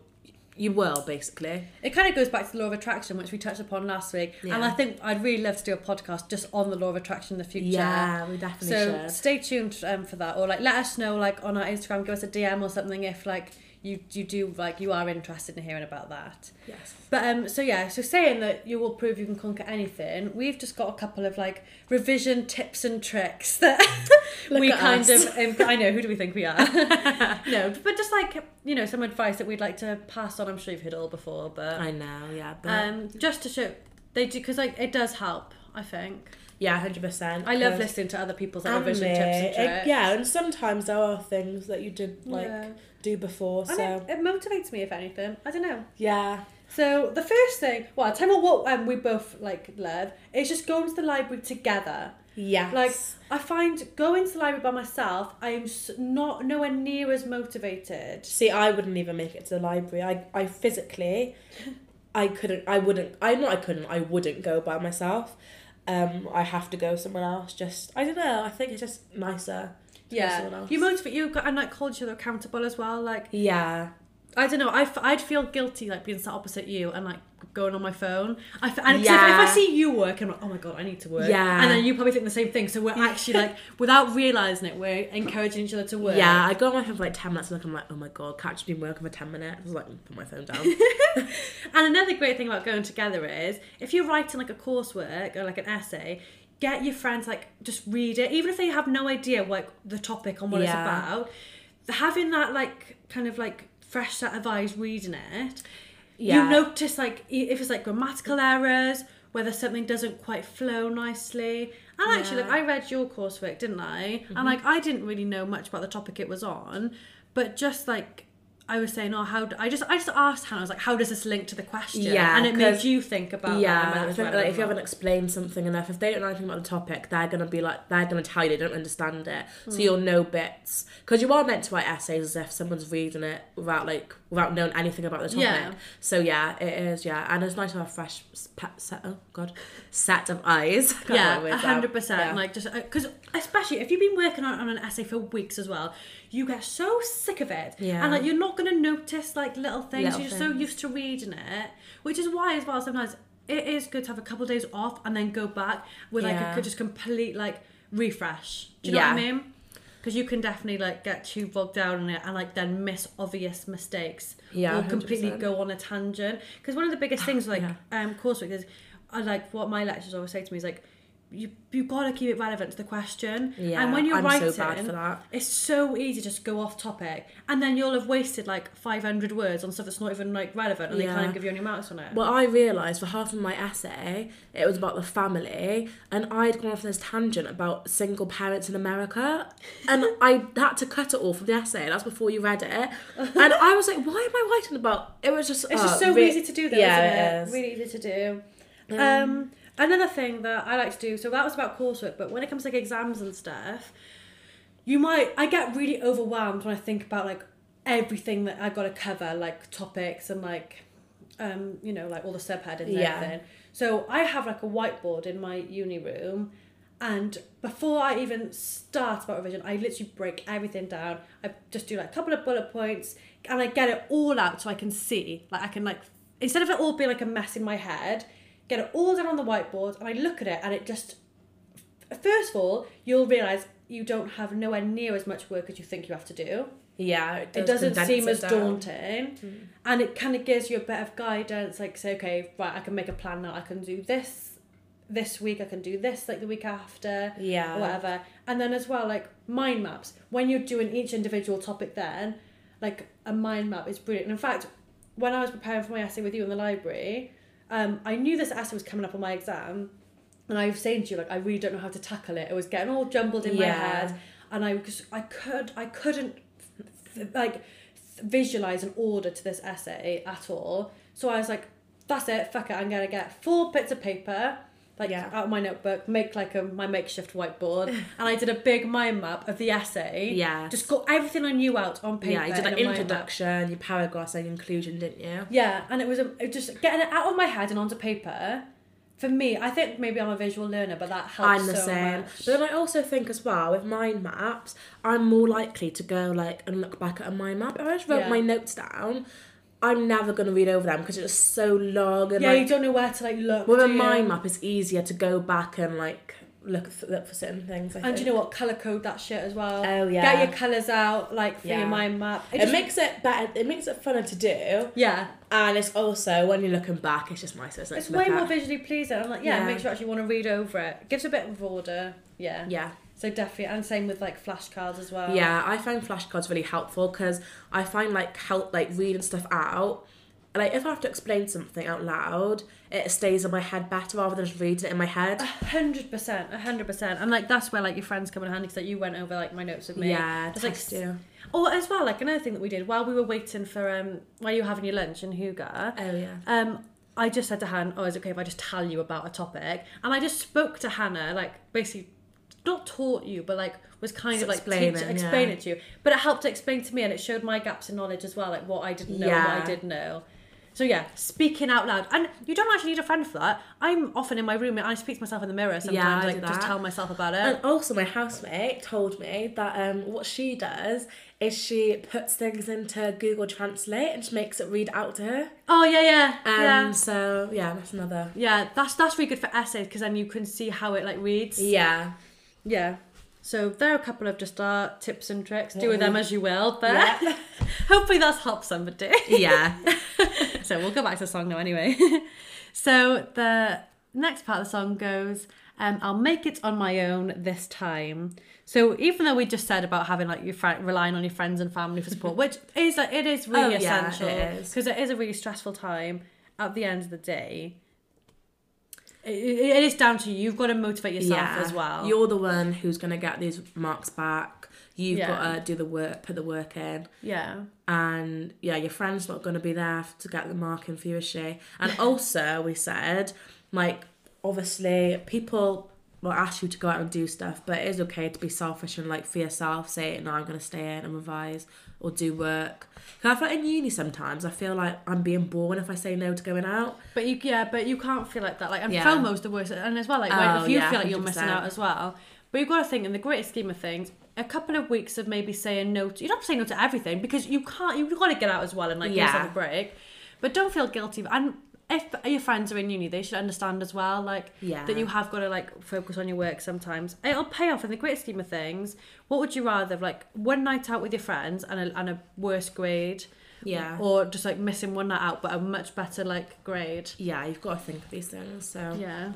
[SPEAKER 1] you will basically.
[SPEAKER 2] It kind of goes back to the law of attraction, which we touched upon last week.
[SPEAKER 1] Yeah.
[SPEAKER 2] And I think I'd really love to do a podcast just on the law of attraction in the future.
[SPEAKER 1] Yeah, we definitely
[SPEAKER 2] so
[SPEAKER 1] should.
[SPEAKER 2] stay tuned um, for that or like let us know like on our instagram give us a dm or something if like you you do like you are interested in hearing about that
[SPEAKER 1] Yes.
[SPEAKER 2] but um so yeah so saying that you will prove you can conquer anything we've just got a couple of like revision tips and tricks that
[SPEAKER 1] Look
[SPEAKER 2] we
[SPEAKER 1] at
[SPEAKER 2] kind
[SPEAKER 1] us.
[SPEAKER 2] of um, i know who do we think we are no but just like you know some advice that we'd like to pass on i'm sure you've heard it all before but
[SPEAKER 1] I know, yeah. But
[SPEAKER 2] um just to show they do because like it does help i think
[SPEAKER 1] yeah, 100%.
[SPEAKER 2] I love
[SPEAKER 1] because-
[SPEAKER 2] listening to other people's like,
[SPEAKER 1] And
[SPEAKER 2] revision tips and
[SPEAKER 1] me,
[SPEAKER 2] tricks.
[SPEAKER 1] it- yeah, and sometimes there are things that you did like
[SPEAKER 2] Yeah.
[SPEAKER 1] do before, so
[SPEAKER 2] And it, it motivates me, if anything. I don't know.
[SPEAKER 1] yeah,
[SPEAKER 2] So the first thing, well, I'll tell you what um, we both like love is just going to the library together.
[SPEAKER 1] yeah,
[SPEAKER 2] Like I find going to the library by myself, I am s- not nowhere near as motivated.
[SPEAKER 1] See, I wouldn't even make it to the library. I, I physically, I couldn't. I wouldn't. I not. I couldn't. I wouldn't go by myself. Um, I have to go somewhere else. Just I don't know. I think it's just nicer. to go somewhere else.
[SPEAKER 2] you motivate you and like hold each other accountable as well. Like
[SPEAKER 1] yeah,
[SPEAKER 2] I don't know. I f- I'd feel guilty like being sat opposite you and like going on my phone. I f- and 'cause if,
[SPEAKER 1] Yeah.
[SPEAKER 2] if I see you work, I'm like, oh my god, I need to work.
[SPEAKER 1] Yeah.
[SPEAKER 2] And then you probably think the same thing. So we're actually like, without realizing it, we're encouraging each other to work.
[SPEAKER 1] Yeah, I go on my phone for like 10 minutes and look, I'm like, oh my god, catch me working for 10 minutes. I was like, put my phone down.
[SPEAKER 2] And another great thing about going together is if you're writing like a coursework or like an essay, get your friends like just read it, even if they have no idea like the topic on what it's
[SPEAKER 1] Yeah.
[SPEAKER 2] about. Having that like kind of like fresh set of eyes reading it,
[SPEAKER 1] Yeah.
[SPEAKER 2] you notice like i- if it's like grammatical errors, whether something doesn't quite flow nicely. And actually,
[SPEAKER 1] Yeah. Mm-hmm.
[SPEAKER 2] like I read your coursework, didn't I? And like I didn't really know much about the topic it was on, but just like I was saying, oh, how do, I just I just asked Hannah, I was like, how does this link to the question?
[SPEAKER 1] Yeah,
[SPEAKER 2] and it
[SPEAKER 1] 'cause-
[SPEAKER 2] made you think about that. and
[SPEAKER 1] yeah,
[SPEAKER 2] whether
[SPEAKER 1] I
[SPEAKER 2] it's
[SPEAKER 1] think
[SPEAKER 2] relevant
[SPEAKER 1] like, if
[SPEAKER 2] or
[SPEAKER 1] you haven't
[SPEAKER 2] not.
[SPEAKER 1] explained something enough, if they don't know anything about the topic, they're gonna be like, they're gonna tell you they don't understand it,
[SPEAKER 2] Hmm.
[SPEAKER 1] so you'll know bits because you are meant to write essays as if someone's reading it without like without knowing anything about the topic.
[SPEAKER 2] Yeah.
[SPEAKER 1] So yeah, it is. Yeah, and it's nice to have a fresh s- pe- set. Oh god, set of eyes. Can't
[SPEAKER 2] yeah,
[SPEAKER 1] work with that.
[SPEAKER 2] hundred percent.
[SPEAKER 1] um, Yeah.
[SPEAKER 2] Like just because, especially if you've been working on, on an essay for weeks as well, you get so sick of it,
[SPEAKER 1] Yeah.
[SPEAKER 2] and like you're not gonna notice like little things.
[SPEAKER 1] Little
[SPEAKER 2] you're just so
[SPEAKER 1] things.
[SPEAKER 2] used to reading it, which is why as well sometimes it is good to have a couple days off and then go back with
[SPEAKER 1] Yeah.
[SPEAKER 2] like a just complete like refresh. Do you know what I
[SPEAKER 1] Yeah.
[SPEAKER 2] mean? Because you can definitely like get too bogged down in it and like then miss obvious mistakes
[SPEAKER 1] Yeah,
[SPEAKER 2] or completely
[SPEAKER 1] 100%.
[SPEAKER 2] go on a tangent. Because one of the biggest things like
[SPEAKER 1] Ah, Yeah.
[SPEAKER 2] um coursework is, I like what my lecturers always say to me is like, you you gotta keep it relevant to the question.
[SPEAKER 1] yeah,
[SPEAKER 2] and when you're
[SPEAKER 1] I'm
[SPEAKER 2] writing,
[SPEAKER 1] so bad for that.
[SPEAKER 2] it's so easy to just go off topic, and then you'll have wasted like 500 words on stuff that's not even like relevant, and they
[SPEAKER 1] Yeah.
[SPEAKER 2] can't give you any marks on it.
[SPEAKER 1] Well, I realised for half of my essay, it was about the family, and I'd gone off this tangent about single parents in America, and I had to cut it all from the essay. That's before you read it, and I was like, "Why am I writing about?" It was just
[SPEAKER 2] it's
[SPEAKER 1] oh,
[SPEAKER 2] just so
[SPEAKER 1] re-
[SPEAKER 2] easy to do, though,
[SPEAKER 1] yeah,
[SPEAKER 2] isn't it?
[SPEAKER 1] it is.
[SPEAKER 2] Really easy to do. Um, another thing that I like to do, so that was about coursework, but when it comes to like exams and stuff, you might, I get really overwhelmed when I think about like everything that I've got to cover, like topics and like, um, you know, like all the subheadings and
[SPEAKER 1] Yeah.
[SPEAKER 2] everything. So I have like a whiteboard in my uni room. And before I even start about revision, I literally break everything down. I just do like a couple of bullet points and I get it all out so I can see. Like I can like instead of it all being like a mess in my head, get it all down on the whiteboard and I look at it and it just first of all, you'll realise you don't have nowhere near as much work as you think you have to do.
[SPEAKER 1] yeah. It,
[SPEAKER 2] It
[SPEAKER 1] does
[SPEAKER 2] doesn't
[SPEAKER 1] condense
[SPEAKER 2] seem
[SPEAKER 1] it
[SPEAKER 2] as
[SPEAKER 1] down.
[SPEAKER 2] daunting. And it kind of gives you a bit of guidance, like say, okay, right, I can make a plan now. I can do this this week. I can do this like the week after
[SPEAKER 1] Yeah.
[SPEAKER 2] or whatever. And then as well, like mind maps. When you're doing each individual topic, then like a mind map is brilliant. And in fact, when I was preparing for my essay with you in the library, um, I knew this essay was coming up on my exam, and I was saying to you like I really don't know how to tackle it. It was getting all jumbled in my
[SPEAKER 1] Yeah.
[SPEAKER 2] head, and I was I could I couldn't th- like visualize an order to this essay at all. So I was like, that's it, fuck it, I'm gonna get four bits of paper, like
[SPEAKER 1] Yeah.
[SPEAKER 2] out of my notebook, make like a my makeshift whiteboard, and I did a big mind map of the essay.
[SPEAKER 1] Yeah.
[SPEAKER 2] Just got everything I knew out on paper.
[SPEAKER 1] yeah, you did
[SPEAKER 2] in
[SPEAKER 1] like
[SPEAKER 2] a mind map.
[SPEAKER 1] introduction, your paragraphs, and inclusion, didn't you?
[SPEAKER 2] Yeah, and it was a, it just getting it out of my head and onto paper. For me, I think maybe I'm a visual learner, but that helps.
[SPEAKER 1] I'm the
[SPEAKER 2] so
[SPEAKER 1] same.
[SPEAKER 2] much.
[SPEAKER 1] But then I also think as well with mind maps, I'm more likely to go like and look back at a mind map. If I just wrote
[SPEAKER 2] Yeah.
[SPEAKER 1] my notes down, I'm never gonna read over them because it's so long and
[SPEAKER 2] yeah,
[SPEAKER 1] like
[SPEAKER 2] you don't know where to like look.
[SPEAKER 1] with a
[SPEAKER 2] do you?
[SPEAKER 1] mind map, it's easier to go back and like look th- look for certain things. I
[SPEAKER 2] And
[SPEAKER 1] think.
[SPEAKER 2] do you know what? Color code that shit as well.
[SPEAKER 1] Oh, yeah.
[SPEAKER 2] Get your colors out, like for
[SPEAKER 1] Yeah.
[SPEAKER 2] your mind map.
[SPEAKER 1] it
[SPEAKER 2] just-
[SPEAKER 1] makes it better. It makes it funner to do,
[SPEAKER 2] yeah.
[SPEAKER 1] and it's also when you're looking back, it's just nicer. It's, nice
[SPEAKER 2] It's
[SPEAKER 1] to look
[SPEAKER 2] way more
[SPEAKER 1] at.
[SPEAKER 2] visually pleasing. I'm like, yeah,
[SPEAKER 1] Yeah.
[SPEAKER 2] it makes you actually want to read over it. Gives a bit of order. Yeah.
[SPEAKER 1] Yeah,
[SPEAKER 2] So definitely, and same with like flashcards as well.
[SPEAKER 1] yeah. I find flashcards really helpful because I find like help like reading stuff out. Like if I have to explain something out loud, it stays in my head better rather than just reading it in my head.
[SPEAKER 2] A hundred percent, a hundred percent, and like that's where like your friends come in handy because like you went over like my notes with me.
[SPEAKER 1] Yeah,
[SPEAKER 2] It's like
[SPEAKER 1] test you.
[SPEAKER 2] Or as well, like another thing that we did while we were waiting for um while you were having your lunch in Huga,
[SPEAKER 1] Oh yeah.
[SPEAKER 2] um, I just said to Hannah, "Oh, is it okay if I just tell you about a topic?" And I just spoke to Hannah, like basically, not taught you, but like was kind
[SPEAKER 1] Just
[SPEAKER 2] of like
[SPEAKER 1] explaining,
[SPEAKER 2] teach, explain
[SPEAKER 1] yeah.
[SPEAKER 2] it to you. But it helped to explain to me, and it showed my gaps in knowledge as well, like what I didn't know, and
[SPEAKER 1] Yeah.
[SPEAKER 2] what I did know. So yeah, speaking out loud, and you don't actually need a friend for that. I'm often in my room and I speak to myself in the mirror sometimes,
[SPEAKER 1] I
[SPEAKER 2] like
[SPEAKER 1] do
[SPEAKER 2] just
[SPEAKER 1] that.
[SPEAKER 2] tell myself about it.
[SPEAKER 1] And also, my housemate told me that um, what she does is she puts things into Google Translate and she makes it read out to her.
[SPEAKER 2] oh yeah, yeah,
[SPEAKER 1] Um,
[SPEAKER 2] yeah,
[SPEAKER 1] So yeah, that's another.
[SPEAKER 2] yeah. That's that's really good for essays because then you can see how it like reads.
[SPEAKER 1] Yeah.
[SPEAKER 2] Yeah. So there are a couple of just our tips and tricks. Do
[SPEAKER 1] Yeah.
[SPEAKER 2] with them as you will, but hopefully that's helped somebody.
[SPEAKER 1] yeah.
[SPEAKER 2] so we'll go back to the song now anyway. so the next part of the song goes, um, I'll make it on my own this time. So even though we just said about having like your friend relying on your friends and family for support, which is like, it is really
[SPEAKER 1] Oh, yeah,
[SPEAKER 2] essential
[SPEAKER 1] it is.
[SPEAKER 2] because it is a really stressful time at the end of the day. It, it it is down to you. You've got to motivate yourself as well.
[SPEAKER 1] You're the one who's gonna get these marks back. You've
[SPEAKER 2] Yeah.
[SPEAKER 1] got to do the work, put the work in,
[SPEAKER 2] yeah.
[SPEAKER 1] and yeah, your friend's not gonna be there to get the mark in for you, is she? And also, we said like obviously people will ask you to go out and do stuff, but it is okay to be selfish and like for yourself. Say no, I'm gonna stay in and revise or do work. 'Cause I feel like in uni sometimes I feel like I'm being born if I say no to going out.
[SPEAKER 2] But you, yeah, but you can't feel like that. Like, and
[SPEAKER 1] Yeah.
[SPEAKER 2] FOMO's the worst. And as well, like,
[SPEAKER 1] Oh,
[SPEAKER 2] when, if you
[SPEAKER 1] yeah,
[SPEAKER 2] feel like you're missing
[SPEAKER 1] 100%.
[SPEAKER 2] out as well. But you've got to think, in the greater scheme of things, a couple of weeks of maybe saying no to, you don't have to say no to everything because you can't, you've got to get out as well and, like, give
[SPEAKER 1] Yeah.
[SPEAKER 2] yourself a break. But don't feel guilty. And if your friends are in uni, they should understand as well, like,
[SPEAKER 1] Yeah.
[SPEAKER 2] that you have got to, like, focus on your work sometimes. It'll pay off in the greater scheme of things. What would you rather, like, one night out with your friends and a, and a worse grade?
[SPEAKER 1] Yeah.
[SPEAKER 2] Or just, like, missing one night out but a much better, like, grade?
[SPEAKER 1] yeah, you've got to think of these things. So
[SPEAKER 2] Yeah.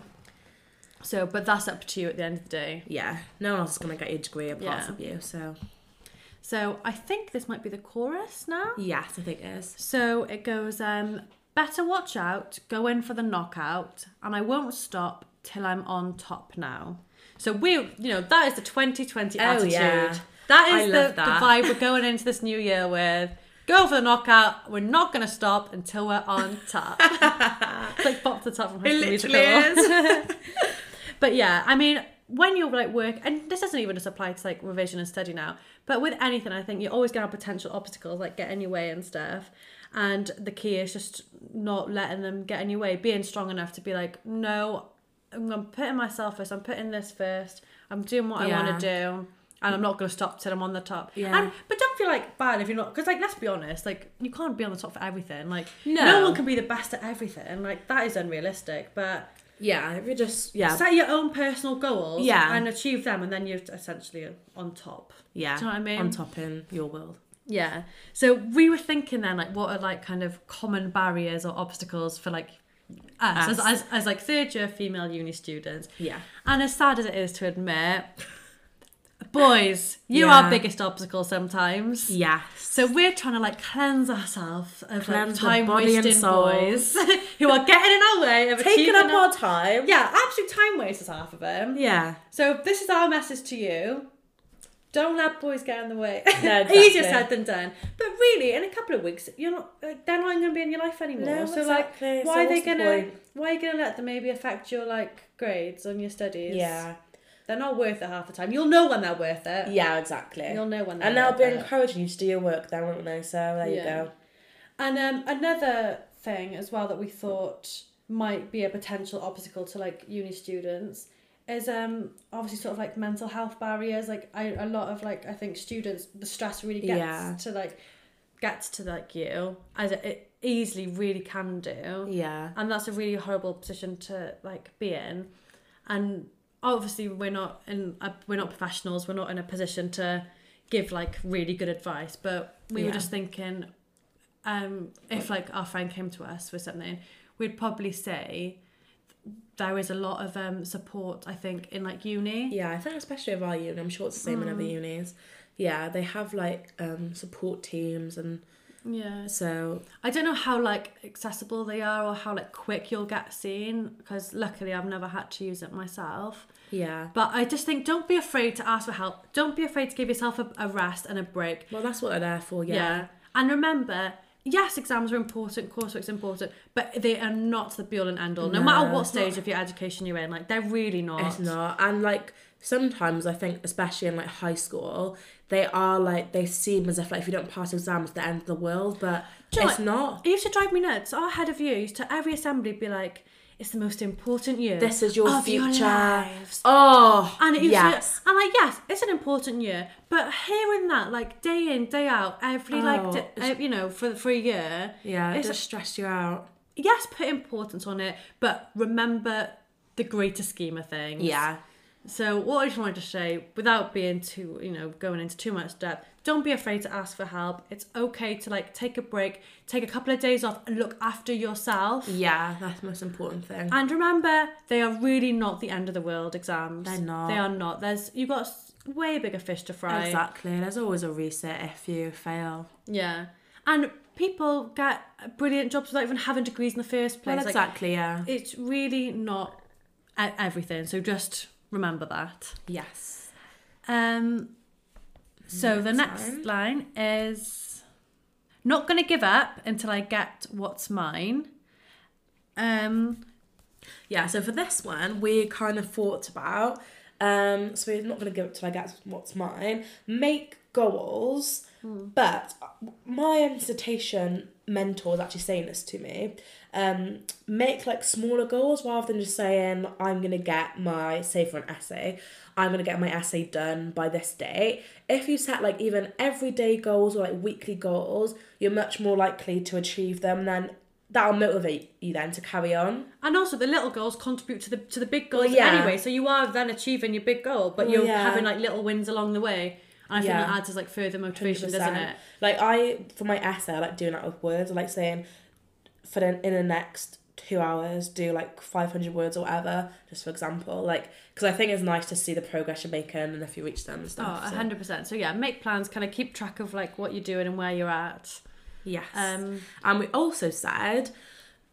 [SPEAKER 2] So, but that's up to you at the end of the day.
[SPEAKER 1] yeah, no one else is gonna get your degree apart
[SPEAKER 2] Yeah.
[SPEAKER 1] from you. So
[SPEAKER 2] So, I think this might be the chorus now.
[SPEAKER 1] yes, I think it is.
[SPEAKER 2] So, it goes um better watch out, go in for the knockout, and I won't stop till I'm on top now. So, we you know, that is the 2020
[SPEAKER 1] Oh,
[SPEAKER 2] attitude.
[SPEAKER 1] yeah.
[SPEAKER 2] That
[SPEAKER 1] I
[SPEAKER 2] is
[SPEAKER 1] love
[SPEAKER 2] the,
[SPEAKER 1] that.
[SPEAKER 2] the vibe we're going into this new year with. Go for the knockout. We're not going to stop until we're on top. it's like pop the top from High School Musical. But yeah, I mean, when you're like work, and this doesn't even just apply to like revision and study now, but with anything, I think you're always gonna have potential obstacles like get in your way and stuff. And the key is just not letting them get in your way, being strong enough to be like, no, I'm, I'm putting myself first. I'm putting this first. I'm doing what I want to do. And I'm not going to stop till I'm on the top.
[SPEAKER 1] Yeah.
[SPEAKER 2] And, but don't feel like bad if you're not, because like let's be honest, like you can't be on the top for everything. Like
[SPEAKER 1] No.
[SPEAKER 2] no one can be the best at everything. Like that is unrealistic. But
[SPEAKER 1] yeah, if you just yeah,
[SPEAKER 2] set your own personal goals
[SPEAKER 1] Yeah.
[SPEAKER 2] and achieve them and then you're essentially on top
[SPEAKER 1] yeah,
[SPEAKER 2] do you know what i mean
[SPEAKER 1] on top in your world.
[SPEAKER 2] yeah so we were thinking then like what are like kind of common barriers or obstacles for like us,
[SPEAKER 1] Us.
[SPEAKER 2] As, as, as like third year female uni students
[SPEAKER 1] Yeah,
[SPEAKER 2] and as sad as it is to admit boys you
[SPEAKER 1] Yeah.
[SPEAKER 2] are our biggest obstacle sometimes
[SPEAKER 1] yes.
[SPEAKER 2] So we're trying to like cleanse ourselves of
[SPEAKER 1] Cleanse the
[SPEAKER 2] like time
[SPEAKER 1] body and
[SPEAKER 2] wasting
[SPEAKER 1] soul.
[SPEAKER 2] boys who are getting in our way of
[SPEAKER 1] taking
[SPEAKER 2] achieving
[SPEAKER 1] up
[SPEAKER 2] our-
[SPEAKER 1] our time.
[SPEAKER 2] yeah absolute time wasters half of them
[SPEAKER 1] Yeah,
[SPEAKER 2] So this is our message to you. Don't let boys get in the way.
[SPEAKER 1] No, exactly.
[SPEAKER 2] Easier said than done. But really, in a couple of weeks, you're not. uh, They're not going to be in your life anymore.
[SPEAKER 1] No,
[SPEAKER 2] so
[SPEAKER 1] exactly.
[SPEAKER 2] like,
[SPEAKER 1] So
[SPEAKER 2] why are they
[SPEAKER 1] what's the
[SPEAKER 2] gonna?
[SPEAKER 1] point?
[SPEAKER 2] Why are you gonna let them maybe affect your like grades on your studies?
[SPEAKER 1] yeah,
[SPEAKER 2] they're not worth it half the time. You'll know when they're worth it.
[SPEAKER 1] yeah, exactly.
[SPEAKER 2] You'll know when they're
[SPEAKER 1] and they'll
[SPEAKER 2] worth
[SPEAKER 1] be
[SPEAKER 2] it.
[SPEAKER 1] encouraging you to do your work then, won't they? So there
[SPEAKER 2] Yeah.
[SPEAKER 1] you go.
[SPEAKER 2] And um, another thing as well that we thought might be a potential obstacle to like uni students is um obviously sort of like mental health barriers. Like I, a lot of like I think students the stress really gets
[SPEAKER 1] Yeah.
[SPEAKER 2] to like gets to like you as it, it easily really can do,
[SPEAKER 1] Yeah,
[SPEAKER 2] and that's a really horrible position to like be in, and obviously we're not in a, we're not professionals we're not in a position to give like really good advice but we were
[SPEAKER 1] Yeah.
[SPEAKER 2] just thinking um if like our friend came to us with something we'd probably say there is a lot of um support i think in like uni
[SPEAKER 1] yeah. I think especially with our uni, I'm sure it's the same in other unis. Yeah, they have like um support teams and
[SPEAKER 2] yeah
[SPEAKER 1] so
[SPEAKER 2] i don't know how like accessible they are or how like quick you'll get seen because luckily i've never had to use it myself
[SPEAKER 1] yeah.
[SPEAKER 2] but i just think don't be afraid to ask for help don't be afraid to give yourself a, a rest and a break
[SPEAKER 1] Well, that's what they're there for.
[SPEAKER 2] Yeah.
[SPEAKER 1] yeah.
[SPEAKER 2] And remember, yes, exams are important, coursework's important, but they are not the be all and end all. No,
[SPEAKER 1] No,
[SPEAKER 2] matter what
[SPEAKER 1] it's not.
[SPEAKER 2] stage of your education you're in, like they're really not.
[SPEAKER 1] It's not. And like sometimes I think, especially in like high school, they are like they seem as if like if you don't pass exams, the end of the world. But
[SPEAKER 2] Do you know
[SPEAKER 1] it's
[SPEAKER 2] what?
[SPEAKER 1] not.
[SPEAKER 2] It used to drive me nuts. Our head of year used to every assembly be like, "It's the most important year.
[SPEAKER 1] This is your
[SPEAKER 2] of
[SPEAKER 1] future.
[SPEAKER 2] lives."
[SPEAKER 1] Oh,
[SPEAKER 2] And it used
[SPEAKER 1] yes.
[SPEAKER 2] to, and like yes, it's an important year, but hearing that like day in day out, every
[SPEAKER 1] Oh,
[SPEAKER 2] like d-
[SPEAKER 1] it's-
[SPEAKER 2] uh, you know for for a year,
[SPEAKER 1] yeah, it
[SPEAKER 2] it's-
[SPEAKER 1] does stress you out.
[SPEAKER 2] yes, put importance on it, but remember the greater scheme of things.
[SPEAKER 1] Yeah,
[SPEAKER 2] So what I just wanted to say, without being too, you know, going into too much depth, don't be afraid to ask for help. It's okay to like take a break, take a couple of days off, and look after yourself.
[SPEAKER 1] yeah, that's the most important thing.
[SPEAKER 2] And remember, they are really not the end of the world exams.
[SPEAKER 1] They're not.
[SPEAKER 2] They are not. There's you've got s- way bigger fish to fry.
[SPEAKER 1] Exactly. There's always a reset if you fail.
[SPEAKER 2] Yeah. And people get brilliant jobs without even having degrees in the first place.
[SPEAKER 1] Well,
[SPEAKER 2] Like,
[SPEAKER 1] exactly. yeah.
[SPEAKER 2] it's really not e- everything. So just remember that.
[SPEAKER 1] Yes.
[SPEAKER 2] Um, so the
[SPEAKER 1] Next
[SPEAKER 2] next line is not going to give up until I get what's mine. Um,
[SPEAKER 1] Yeah. So for this one, we kind of thought about. Um, so we're not going to give up till I get what's mine. Make goals, but uh, my dissertation mentor was actually saying this to me. Um, make like smaller goals rather than just saying I'm going to get my say for an essay. I'm going to get my essay done by this date. If you set like even everyday goals or like weekly goals, you're much more likely to achieve them. Then that'll motivate you then to carry on.
[SPEAKER 2] and also the little goals contribute to the to the big goals
[SPEAKER 1] Well, yeah.
[SPEAKER 2] anyway. So you are then achieving your big goal, but
[SPEAKER 1] Well,
[SPEAKER 2] you're
[SPEAKER 1] yeah.
[SPEAKER 2] having like little wins along the way. And I think
[SPEAKER 1] Yeah.
[SPEAKER 2] that adds as like further motivation, does
[SPEAKER 1] 100%.
[SPEAKER 2] not it?
[SPEAKER 1] Like I, for my essay, I like doing that with words. I like saying, for the, in the next two hours, do like five hundred words or whatever. Just for example, like because I think it's nice to see the progress you're making and if you reach them and
[SPEAKER 2] Oh,
[SPEAKER 1] stuff. so-
[SPEAKER 2] 100%. So yeah, make plans, kind of keep track of like what you're doing and where you're at.
[SPEAKER 1] Yes.
[SPEAKER 2] Um,
[SPEAKER 1] and we also said,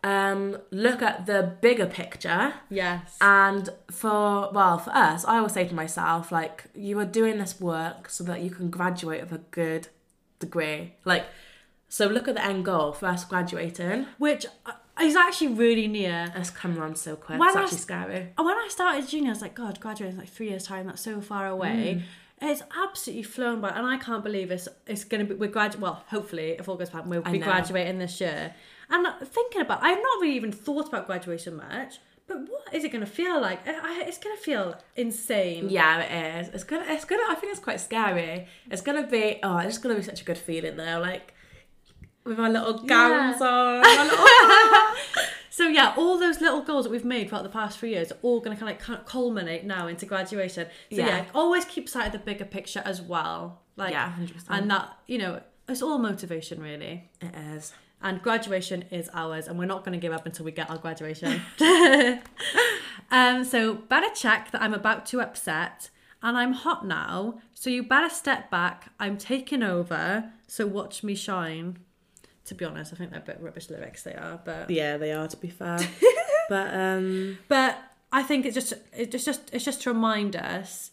[SPEAKER 1] um, look at the bigger picture.
[SPEAKER 2] yes.
[SPEAKER 1] And for well, for us, I always say to myself, like, you are doing this work so that you can graduate with a good degree. Like, so look at the end goal for us graduating.
[SPEAKER 2] Which uh, is actually really near.
[SPEAKER 1] That's come around so quick.
[SPEAKER 2] When
[SPEAKER 1] it's
[SPEAKER 2] I-
[SPEAKER 1] actually scary.
[SPEAKER 2] And when I started uni, I was like, God, graduating like three years time. That's so far away.
[SPEAKER 1] Mm.
[SPEAKER 2] It's absolutely flown by, and I can't believe it's it's going to be we're gradu Well, hopefully, if all goes plan, we'll
[SPEAKER 1] I
[SPEAKER 2] be
[SPEAKER 1] know.
[SPEAKER 2] graduating this year. And uh, thinking about, I've not really even thought about graduation much. But what is it going to feel like? I, I, it's going to feel insane.
[SPEAKER 1] Yeah, it is. It's gonna. It's gonna. I think it's quite scary. It's gonna be. Oh, it's just gonna be such a good feeling though. Like with my little gowns on. my little-
[SPEAKER 2] So yeah, all those little goals that we've made throughout the past three years are all going to kind of kind of culminate now into graduation. So
[SPEAKER 1] Yeah.
[SPEAKER 2] yeah, always keep sight of the bigger picture as well. Like
[SPEAKER 1] yeah, hundred percent.
[SPEAKER 2] and that you know it's all motivation really
[SPEAKER 1] It is.
[SPEAKER 2] and graduation is ours and we're not going to give up until we get our graduation um, so better check that i'm about to upset and i'm hot now so you better step back i'm taking over so watch me shine to be honest i think they're a bit rubbish lyrics they are but
[SPEAKER 1] Yeah, they are to be fair. but um,
[SPEAKER 2] but i think it's just it's just it's just to remind us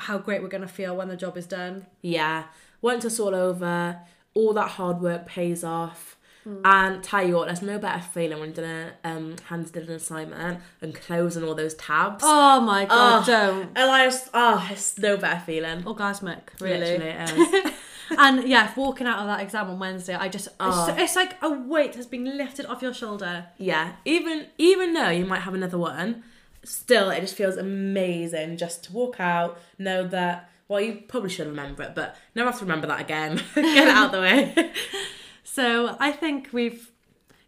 [SPEAKER 2] how great we're going to feel when the job is done
[SPEAKER 1] yeah. Once it's all over, all that hard work pays off. And tell you what, there's no better feeling when doing a um, hands did an assignment and closing all those tabs.
[SPEAKER 2] oh my god
[SPEAKER 1] Oh.
[SPEAKER 2] don't
[SPEAKER 1] And I just, oh, it's no better feeling.
[SPEAKER 2] Oh, orgasmic really
[SPEAKER 1] Literally, it is.
[SPEAKER 2] and yeah, walking out of that exam on Wednesday, I just
[SPEAKER 1] Oh.
[SPEAKER 2] it's, it's like a weight has been lifted off your shoulder.
[SPEAKER 1] yeah even even though you might have another one still it just feels amazing just to walk out know that well you probably should remember it but never have to remember that again get it out of the way
[SPEAKER 2] So I think we've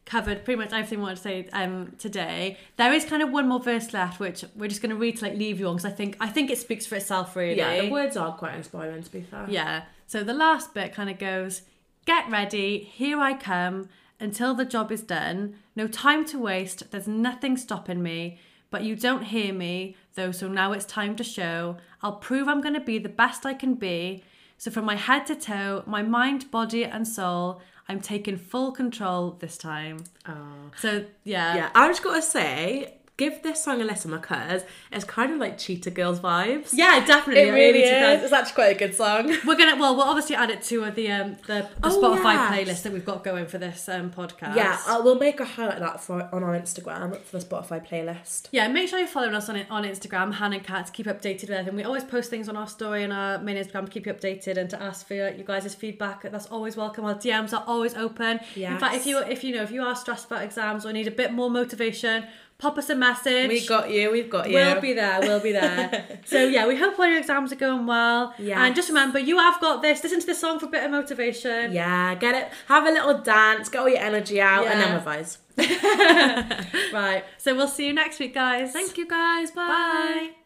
[SPEAKER 2] covered pretty much everything we wanted to say um, today. There is kind of one more verse left, which we're just going to read to like leave you on because I think I think it speaks for itself really.
[SPEAKER 1] yeah the words are quite inspiring to be fair
[SPEAKER 2] Yeah. So the last bit kind of goes, get ready, here I come, until the job is done. No time to waste, there's nothing stopping me. But you don't hear me, though, so now it's time to show. I'll prove I'm going to be the best I can be. So from my head to toe, my mind, body, and soul, I'm taking full control this time.
[SPEAKER 1] oh.
[SPEAKER 2] So yeah.
[SPEAKER 1] yeah i've just got to say give this song a listen because it's kind of like Cheetah Girls vibes.
[SPEAKER 2] Yeah, definitely. I really do that.
[SPEAKER 1] It's actually quite a good song.
[SPEAKER 2] We're gonna well, we'll obviously add it to uh, the um the, the
[SPEAKER 1] Oh,
[SPEAKER 2] Spotify
[SPEAKER 1] yes.
[SPEAKER 2] playlist that we've got going for this um podcast.
[SPEAKER 1] Yeah, I, we'll make a highlight of that for on our Instagram for the Spotify playlist.
[SPEAKER 2] yeah, make sure you're following us on it on Instagram, Han and Kat, to keep updated with everything. We always post things on our story and our main Instagram to keep you updated and to ask for your, you guys' feedback. That's always welcome. Our DMs are always open. In fact, if
[SPEAKER 1] Yes.
[SPEAKER 2] you if you know if you are stressed about exams or need a bit more motivation, pop us a message.
[SPEAKER 1] got you. We've got
[SPEAKER 2] We'll be there. We'll be there. so yeah, we hope all your exams are going well.
[SPEAKER 1] Yes.
[SPEAKER 2] And just remember, you have got this. Listen to this song for a bit of motivation.
[SPEAKER 1] yeah, get it. Have a little dance. Get all your energy out, and
[SPEAKER 2] Yeah.
[SPEAKER 1] then revise.
[SPEAKER 2] Right. So we'll see you next week, guys.
[SPEAKER 1] Thank you guys. Bye.
[SPEAKER 2] Bye.